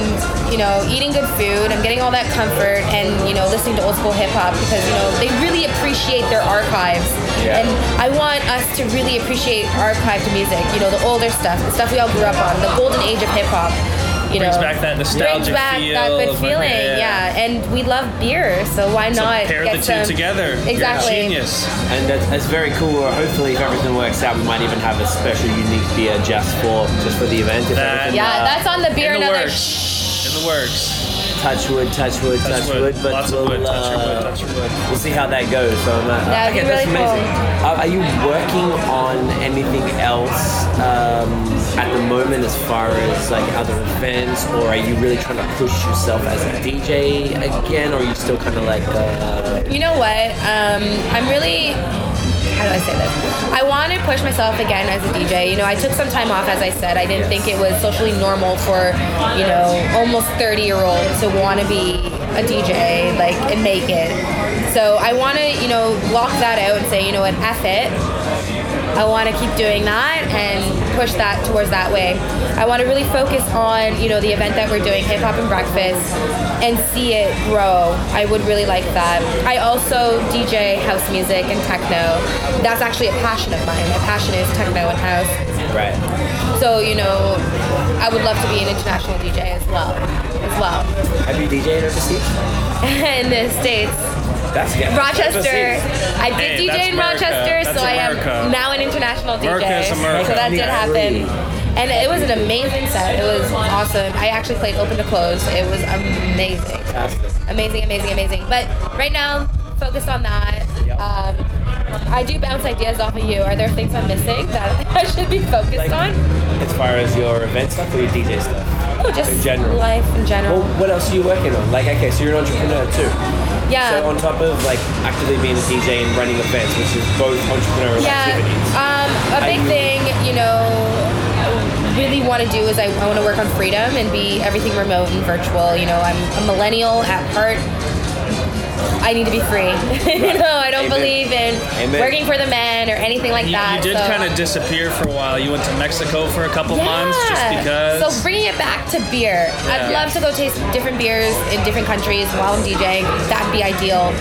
you know, eating good food. I'm getting all that comfort, and you know, listening to old school hip hop because you know they really appreciate their archives, Yeah. and I want us to really appreciate archived music. You know, the older stuff, the stuff we all grew up on, the golden age of hip hop. You Brings know, back that nostalgic brings back feel that good of, like, feeling, yeah. yeah. Uh, And we love beer, so why So not pair get the two some- together. You're a Exactly. genius. And that's, that's very cool. Hopefully, if everything works out, we might even have a special, unique beer just for just for the event. If That- everything, Yeah, uh, that's on the beer in the another. works. In the works. touch wood, touch wood, touch, Touch wood. wood. But Lots we'll, of wood. Touch your uh, wood. Touch your wood. We'll see how that goes. So I'm, uh, That'd be okay, that's really amazing. Uh, are you working on anything else um, at the moment, as far as like other events, or are you really trying to push yourself as a DJ again, or are you still kind of like? Uh, you know what? Um, I'm really. How do I say this? I want to push myself again as a DJ. You know, I took some time off, as I said. I didn't think it was socially normal for, you know, almost 30 year old to want to be a DJ, like, and make it. So I want to, you know, block that out and say, you know what, F it. I want to keep doing that and push that towards that way. I want to really focus on, you know, the event that we're doing, Hip Hop and Breakfast, and see it grow. I would really like that. I also DJ house music and techno. That's actually a passion of mine. My passion is techno and house. right. So, you know, I would love to be an international DJ as well. As well. Have you DJed overseas? in the States. That's good. Rochester. I did Hey, that's DJ in America. Rochester, That's so I America. am now an international DJ. America is America. So that did happen. And it was an amazing set. It was awesome. I actually played open to close. It was amazing. Fantastic. Amazing, amazing, amazing. But right now, focused on that. Um, I do bounce ideas off of you. Are there things I'm missing that I should be focused Like- on? As far as your event stuff or your DJ stuff? Oh, just in general. life in general. Well, what else are you working on? Like, okay, so you're an entrepreneur too. yeah. So on top of like actively being a DJ and running events, which is both entrepreneurial Yeah, activities. um, a big you- thing, you know, I really want to do is I, I want to work on freedom and be everything remote and virtual. You know, I'm a millennial at heart. I need to be free. you know, I don't Amen. believe in Amen. working for the men or anything like You, that. you did so- kind of disappear for a while. You went to Mexico for a couple months just because. So bringing it back to beer. I'd Yeah. love to go taste different beers in different countries while I'm DJing. That'd be ideal.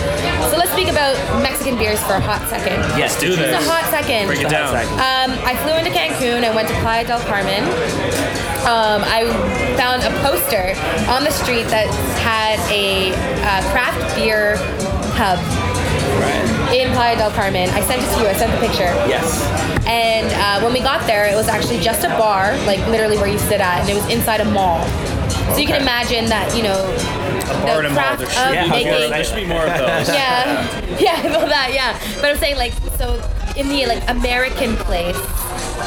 So let's speak about Mexican beers for a hot second. Yes, do this. Just a hot second. Break it Just a down. hot second. Um, I flew into Cancun. I went to Playa del Carmen. Um, I found a poster on the street that had a uh, craft beer hub in Playa del Carmen. I sent it to you. I sent the picture. Yes. And uh, when we got there, it was actually just a bar, like literally where you sit at, and it was inside a mall. So you Okay. can imagine that, you know, Bar and a mall. the craft There of should, Yeah, be more, okay. making there should be more of those. yeah, yeah, well that, yeah. But I'm saying like, so in the like American place,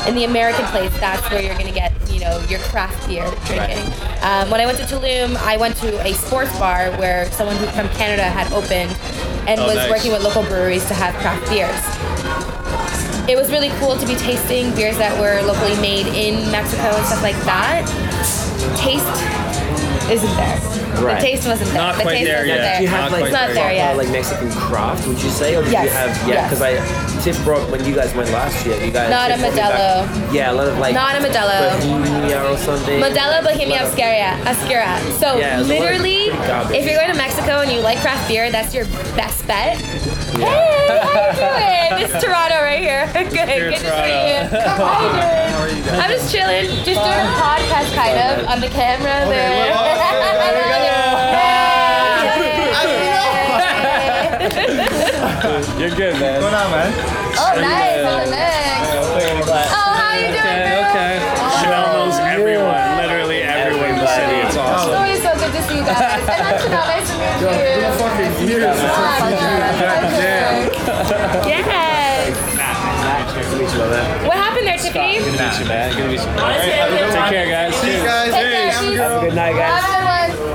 in the American place, that's where you're gonna get you know your craft beer drinking. Um, when I went to Tulum, I went to a sports bar where someone who from Canada had opened and Oh, was nice. working with local breweries to have craft beers. It was really cool to be tasting beers that were locally made in Mexico and stuff like that. Taste isn't there. Right. The taste wasn't there. Not the quite taste there wasn't yet. there. Do you have Not like quite It's not there yet. proper, like Mexican craft? Would you say, or did Yes. you have? Yeah, Yes. because I Tiff brought when you guys went last year. You guys Not Tiff a brought me back- Yeah, a lot of like Not a Modelo. Bohemia or something. Modelo Bohemia Lot of- Oscura. Oscura. Yeah, it's a So lot of literally, pretty garbage. if you're going to Mexico and you like craft beer, that's your best bet. Hey, how you doing? It's Toronto right here. Good, Here, good to see Toronto. you. How you doing? I'm just chilling, just doing a podcast kind of on the camera there. You're good, man. What's going on, man? Oh, nice. On the legs. Oh, how you doing? Okay, girl? okay. Oh. Chanel knows everyone, literally everyone in the city. It's It's awesome. always so good to see you guys. And that's Chanel, nice to meet you. Fucking years. Yes. Nice to meet you, Lola. What happened there, Tiffany? Good to meet you, man. Good to meet you. All right, Take care, guys. See you guys. Take care, Hey, peace. Have a good night, guys. Have a good one.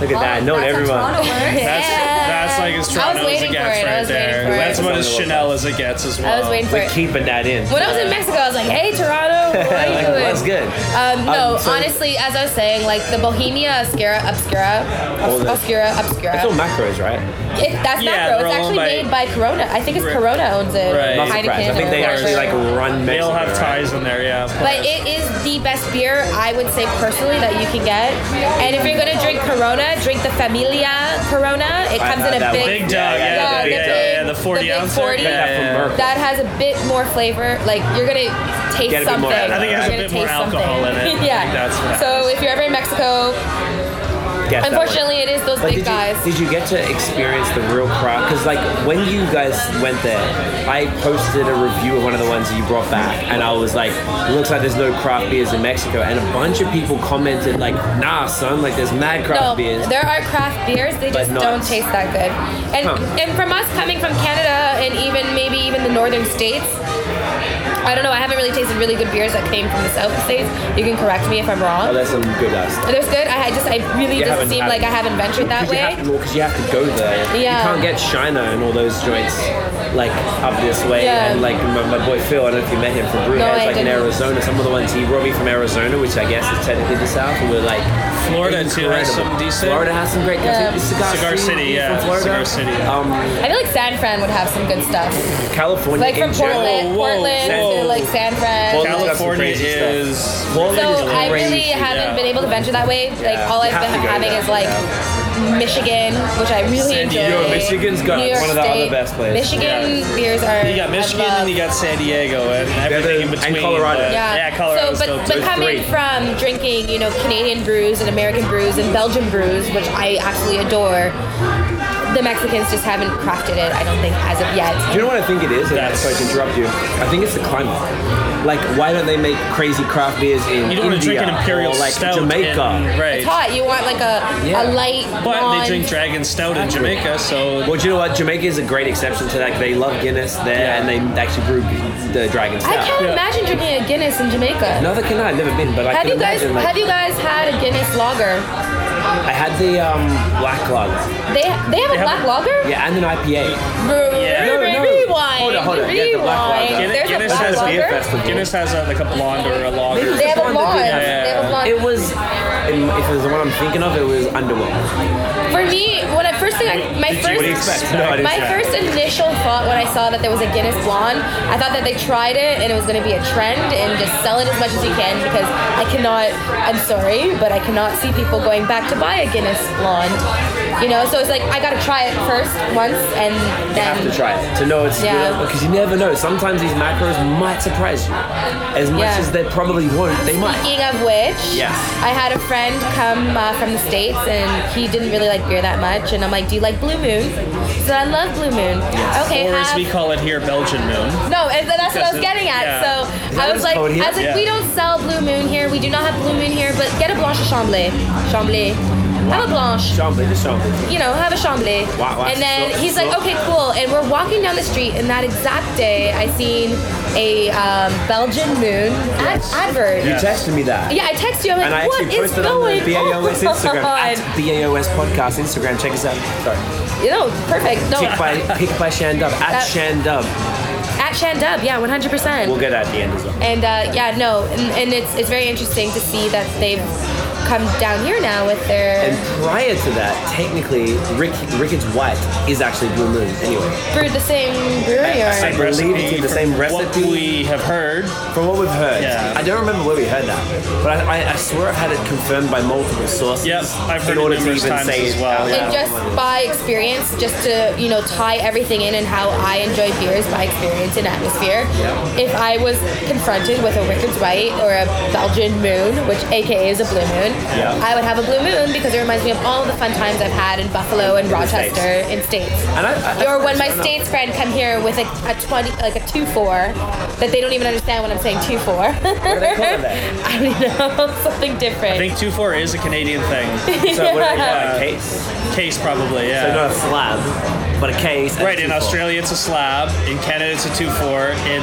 Look at that. Known everyone. That's, that's like as I was Toronto as waiting it for gets it. I right was there. waiting for That's it. about as Chanel as it gets as well. I was waiting for We're it. keeping that in. When I was in Mexico, I was like, "Hey, Toronto, what are you Like, doing?" what's good? Um, no, Um, so- honestly, as I was saying, like the Bohemia Oscura, Obscura, Hold it. Obscura, Obscura. It's all macros, right? It, that's Yeah, macro. they're all It's actually owned by- made by Corona. I think it's Corona owns it. Right. Not Heineken surprised. I think they or actually like whatever. run Mexico. They all have right? ties in there, yeah. But it is the best beer I would say personally that you can get. And if you're gonna drink Corona, drink the Familia Corona. It I comes had in a that big. one. Big dog, yeah, yeah, the yeah, big- yeah, the 40 the big ounce. 40. Yeah, yeah, Got yeah. that from Merck. That has a bit more flavor. Like you're gonna taste Get a bit something. more I think it has a You're bit gonna more taste alcohol something. in it. I think yeah. that's what so if you're ever in Mexico, Get that one. unfortunately, it is those But did big you, guys. Did you get to experience the real crowd? Because like when you guys went there, I posted a review of one of the ones that you brought back, and I was like, "Looks like there's no craft beers in Mexico," and a bunch of people commented like, "Nah, son, like there's mad craft no, beers." there are craft beers. They But just not- don't taste that good. And Huh. and from us coming from Canada and even maybe even the northern states, I don't know. I haven't really tasted really good beers that came from the south states. You can correct me if I'm Oh, wrong. there's some good ass stuff. But there's good. I, I just I really You haven't doesn't seem had like it. I haven't ventured that Because you, way. have to- well, 'cause you have to go there. Yeah. You can't get China and all those joints like up this way. Yeah. And like my, my boy Phil, I don't know if you met him from Brew No, Heads, I like in didn't. Arizona. Some of the ones he brought me from Arizona, which I guess is technically the South, and we're like Florida, too, has some incredible. decent- Florida has some great Yeah. it's Cigar, Cigar City, from yeah, Florida. Cigar City. Um, I feel like San Fran would have some good stuff. California, Like in from Portland, Whoa, whoa, Portland whoa. to like San Fran. Well, Portland's got some California crazy stuff. is. Portland So is I really crazy. haven't yeah. been able to venture that way. Like all You I've have been to go having there, is like Michigan, which I really San enjoy. Diego. Michigan's got New York one of the other State. best places. Michigan beers are. You got Michigan I love. and you got San Diego and everything in and between. Colorado. but- Yeah. yeah, Colorado's So, dope, but, too. but coming great. from drinking, you know, Canadian brews and American brews and Belgian brews, which I absolutely adore, the Mexicans just haven't crafted it. I don't think as of yet. Do you know what I think it is? That's- Sorry to interrupt you. I think it's the climate. Like, why don't they make crazy craft beers in You don't want to drink India an imperial or like stout Jamaica? in- right. It's hot. You want like a, Yeah. a light. But they blonde- drink dragon stout in Jamaica, so Well, do you know what? Jamaica is a great exception to that. They love Guinness there, and they actually brew the Dragon I Stout. can't imagine drinking a Guinness in Jamaica. Neither can I. I've never been, but I Have can you guys imagine. Like, have you guys had a Guinness lager? I had the um, black lug, They they have a black lager? yeah, and an IPA. Yeah. No, no. Rewind. Hold on, hold on. Yeah, the black lager. Rewind. Guinness- There's Guinness a black has lager. beer fest. Guinness has a, like a blonde or a lager. Maybe They have a Someone did blonde. that. They have a blonde. It was in, if it was the one I'm thinking of, it was Underworld. For me, when I first thing, I, my Did you- first what do you expect? No, I didn't my try. first initial thought when I saw that there was a Guinness blonde, I thought that they tried it and it was going to be a trend and just sell it as much as you can because I cannot. I'm sorry, but I cannot see people going back to buy a Guinness blonde. You know, so it's like I got to try it first once and then have to try it to know it's Yeah. because you never know. Sometimes these macros might surprise you, as much Yeah. as they probably won't. They might. Speaking of which, Yes. I had a friend come uh, from the States and he didn't really like beer that much. And I'm like, Do you like Blue Moon? So I love Blue Moon. Okay, or as have- we call it here, Belgian moon. No, and that's what I was getting at. Yeah. So that I what was like, it's I called was here? like, Yeah. we don't sell Blue Moon here. We do not have Blue Moon here, but get a Blanche de Chambly. Chambly. Have a Blanche Chambly, just Chambly. you know, have a chambly. Wow, wow. And then So- he's so- like, okay, cool. And we're walking down the street, and that exact day, I seen a um, Belgian moon ad- advert. You texted me that. Yeah, I text you. I'm like, And I what actually is posted on going the BAOS Instagram on? at BAOS podcast Instagram. Check us out. Sorry, You know, perfect. No, pick by pick by Shandub at That- Shandub. at Shandub, yeah, 100. percent We'll get that at the end as well. And uh, yeah, no, and, and it's it's very interesting to see that they've come down here now with their And prior to that, technically, Rick Rickard's White is actually Blue Moon. Anyway, brewed the same brewery. Or, I believe it's the from same What recipe. we have heard, From what we've heard, Yeah. I don't remember where we heard that, but I, I, I swear I had it confirmed by multiple sources. Yep, I've in heard it order to numerous even times say as it well, out yeah. loud. and just by experience, just to you know tie everything in and how I enjoy beers by experience and atmosphere. If I was confronted with a Wickard's White or a Belgian Moon, which AKA is a Blue Moon, Yeah. I would have a Blue Moon because it reminds me of all the fun times I've had in Buffalo and the Rochester States. in states. And I- I- or when my fair enough. states friend come here with a, a twenty like a two four that they don't even understand when I'm saying two four. do they call it then? I don't know something different. I think 2-4 is a Canadian thing. so what do they call it, a case? Case probably, So yeah. not a slab, but a case. and Right, a in two-four. Australia it's a slab, in Canada it's a 2-4, in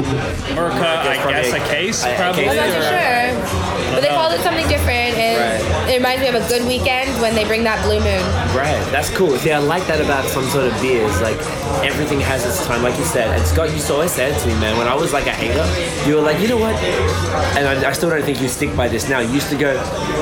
Merca, I probably guess a a- case, a- a probably. I'm case. not too or- sure. But they know. called it something different, and Right. it reminds me of a good weekend when they bring that blue moon. Right, that's cool. See, I like that about some sort of beers. Like everything has its time, like you said. And Scott, you always said to me, man, when I was like a hater, you were like, you know what? And I, I still don't think you stick by this now. You used to go,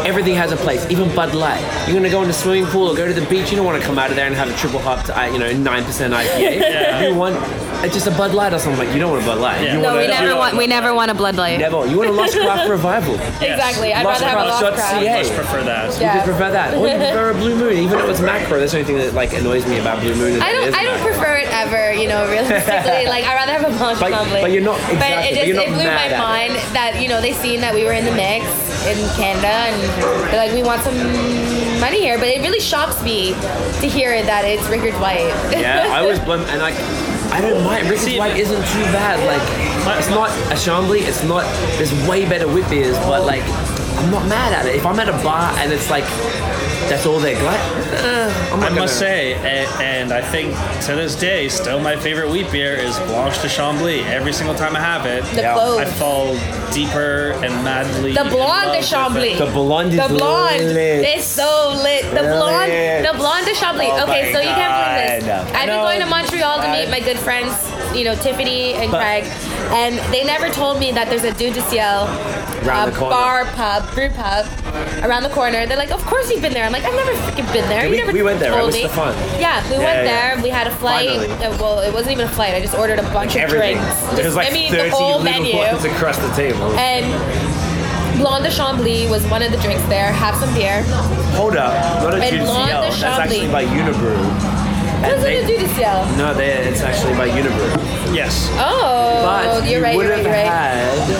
everything has a place, even Bud Light. You're gonna go in the swimming pool or go to the beach. You don't want to come out of there and have a triple hop to, uh, you know, nine percent IPA. You want uh, just a Bud Light or something. Like you don't want a Bud Light. Yeah. You No, want we a, never want- we never want a bloodlight. never. You want a Lost Craft revival. Yes. Exactly. I'd Lost rather have Craft a lost Shot crowd. CA. Much prefer that. Yeah. You could prefer that, or you prefer a Blue Moon, even though it's macro. That's the only thing that like annoys me about Blue Moon. is that I it don't. is I don't macro. prefer it ever. You know, realistically, like I rather have a blanche But- Crumbly. but you're not- exactly, but it but just you're not it blew mad my at it. mind that you know they seen that we were in the mix in Canada and they're like we want some money here, but it really shocks me to hear that it's Rickard White. Yeah, I was blunt, and like, I don't mind. Rickard's See, White isn't too bad. Like, it's not a Chambly. It's not. There's way better whip beers, but like, I'm not mad at it. If I'm at a bar and it's like, that's all they got. Uh, I'm not I gonna- must say, and, and I think to this day, still my favorite wheat beer is Blanche de Chambly. Every single time I have it, The Yeah. clove. I fall deeper and madly. The in blonde de love with Chambly. it. The blonde is The blonde lit. is so lit. The Lit. blonde, the blonde de Chambly. Oh okay, my so you can't believe God. this. I've been No. going to Montreal to I- meet my good friends, you know, Tiffany and But- Craig, and they never told me that there's a Dude de Ciel Round uh, the corner. bar pub, brew pub, around the corner. They're like, of course you've been there. I'm like, I've never freaking been there. Yeah, You we- never we went there. It told was me. the fun. Yeah, Yeah, we went yeah. there. We had a flight. Finally. Uh, well, it wasn't even a flight. I just ordered a bunch of everything. drinks. There's Just- like I mean, 30 the whole little menu. ones across the table. And Blonde de Chambly was one of the drinks there. Have some beer. Hold up, not a and Juicy blonde L. de That's Chambly. actually by Unibrew. And Doesn't they- it do this yell? no, they, it's actually by Unibrew. Yes. Oh, But you're you right, would you're have right, you're right.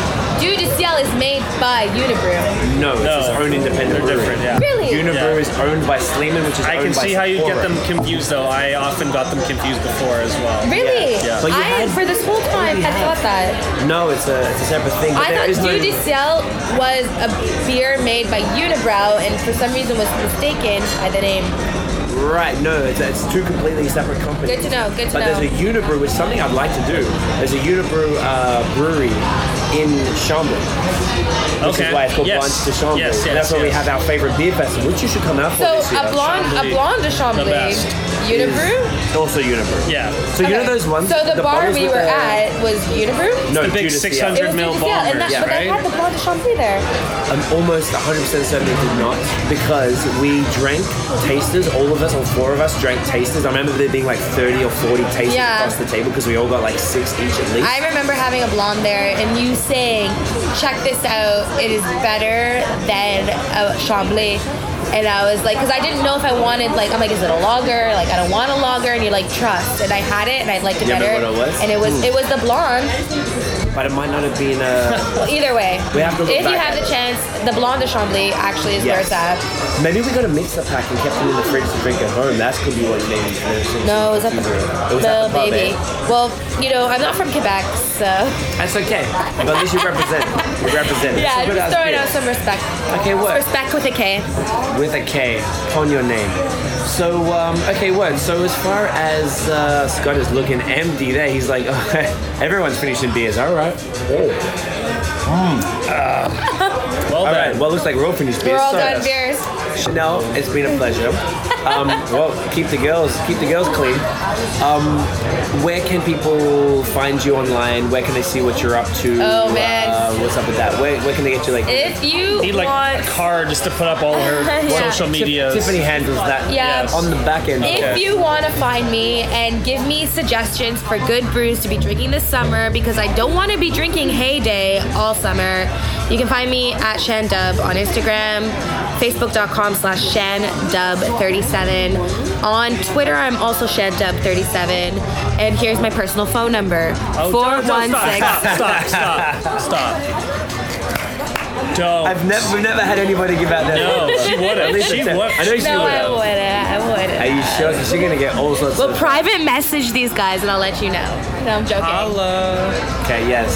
had Dude, this yell is made by Unibrew. No, it's his own independent They're brewery. different, yeah. Really? Unibrew Yeah. is owned by Sleeman, which is I owned can by see how you get Sephora. them confused, though. I often got them confused before as well. Really? Yeah. But you I had- for this whole time you had had- thought that. No, it's a it's a separate thing. But I there thought is no, Dude this yell was a beer made by Unibrow and for some reason was mistaken by the name. right. No, it's, it's two completely separate companies. Good to know, good to but know. there's a Unibrew, which is something I'd like to do. There's a Unibrew uh, brewery in Schaumburg. Which Okay. is why it's called Yes. Blonde to Schaumburg. Yes, yes, That's where we yes. have our favorite beer festival, which you should come out for So uh, this year. a blonde, a Chambly. blonde to The Chambly, best. Unibrew. also Unibrew. Yeah. So you know Okay. those ones? So the, bar bottles we with were the- at was Unibrew. No, The big Judas Field. 600 It 100 was mil Judas, yeah, and that, bombers, but they right? had the blonde to Chambly there. I'm almost 100% certain it did not because we drank tasters. All of us, all four of us, drank tasters. I remember there being like 30 or 40 tasters Yeah. across the table because we all got like six each at least. I remember having a blonde there and you saying, check this out, it is better than a Chambly. And I was like, because I didn't know if I wanted, like, I'm like, is it a lager? Like, I don't want a lager. And you're like, trust. And I had it and I liked it You better. remember what it was? And it was, it was the blonde. but it might not have been uh, a. Well, either way, We have to look if you back have at the it. chance, the blonde de Chambly actually is where Yes. it's at. Maybe we got a mix up pack and kept them in the fridge to drink at home. That could be what maybe. No, it was at the, Mm-hmm. It was at no, the pub, baby. eh? Well, you know, I'm not from Quebec, so. That's okay. But at least you represent. You represent. It's a Yeah, good ass just throwing beer. out some respect. Okay, what? Respect with a K. with a K on your name. So um, okay, word. So as far as uh, Scott is looking empty, there he's like, everyone's finishing beers. All right. Well All done. right. Well, looks like we're all finished beers. We're all So- done beers. Chanel, it's been a pleasure. Um, well, keep the girls, keep the girls clean. Um, where can people find you online? Where can they see what you're up to? Oh, man. Uh, what's up with that? Where, where can they get you like? If you Need like want, a card just to put up all her Yeah. social Tiff- media. Tiffany handles that. Yeah. On the back end. if Okay. you want to find me and give me suggestions for good brews to be drinking this summer, because I don't want to be drinking Heyday all summer, you can find me at Shandub on Instagram, facebook.com slash Shandub37. On Twitter, I'm also Shandub37. And here's my personal phone number, Oh, don't- don't- 416. Stop, stop, stop, stop. Don't. I've never, we've never had anybody give out that. No, she wouldn't. She I know would. she No, I would. wouldn't. I wouldn't. Are you sure? 'Cause She's gonna get all sorts Well, of. private message these guys and I'll let you know. No, I'm joking. Holla. okay, yes.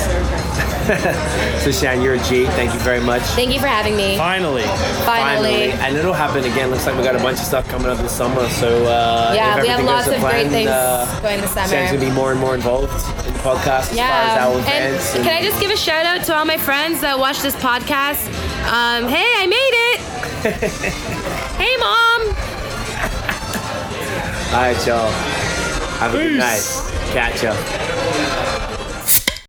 so Shan, you're a G. Thank you very much. Thank you for having me. Finally. Finally. And it'll happen again. Looks like we got a bunch of stuff coming up this summer. So uh, Yeah, if we have everything lots goes to of great plan, things uh, going this summer. Sam's gonna be more and more involved in the podcast as yeah. far as our and events. can I just give a shout out to all my friends that watch this podcast? Um, hey, I made it. hey, mom. All right, y'all. Have a good night. Catch ya.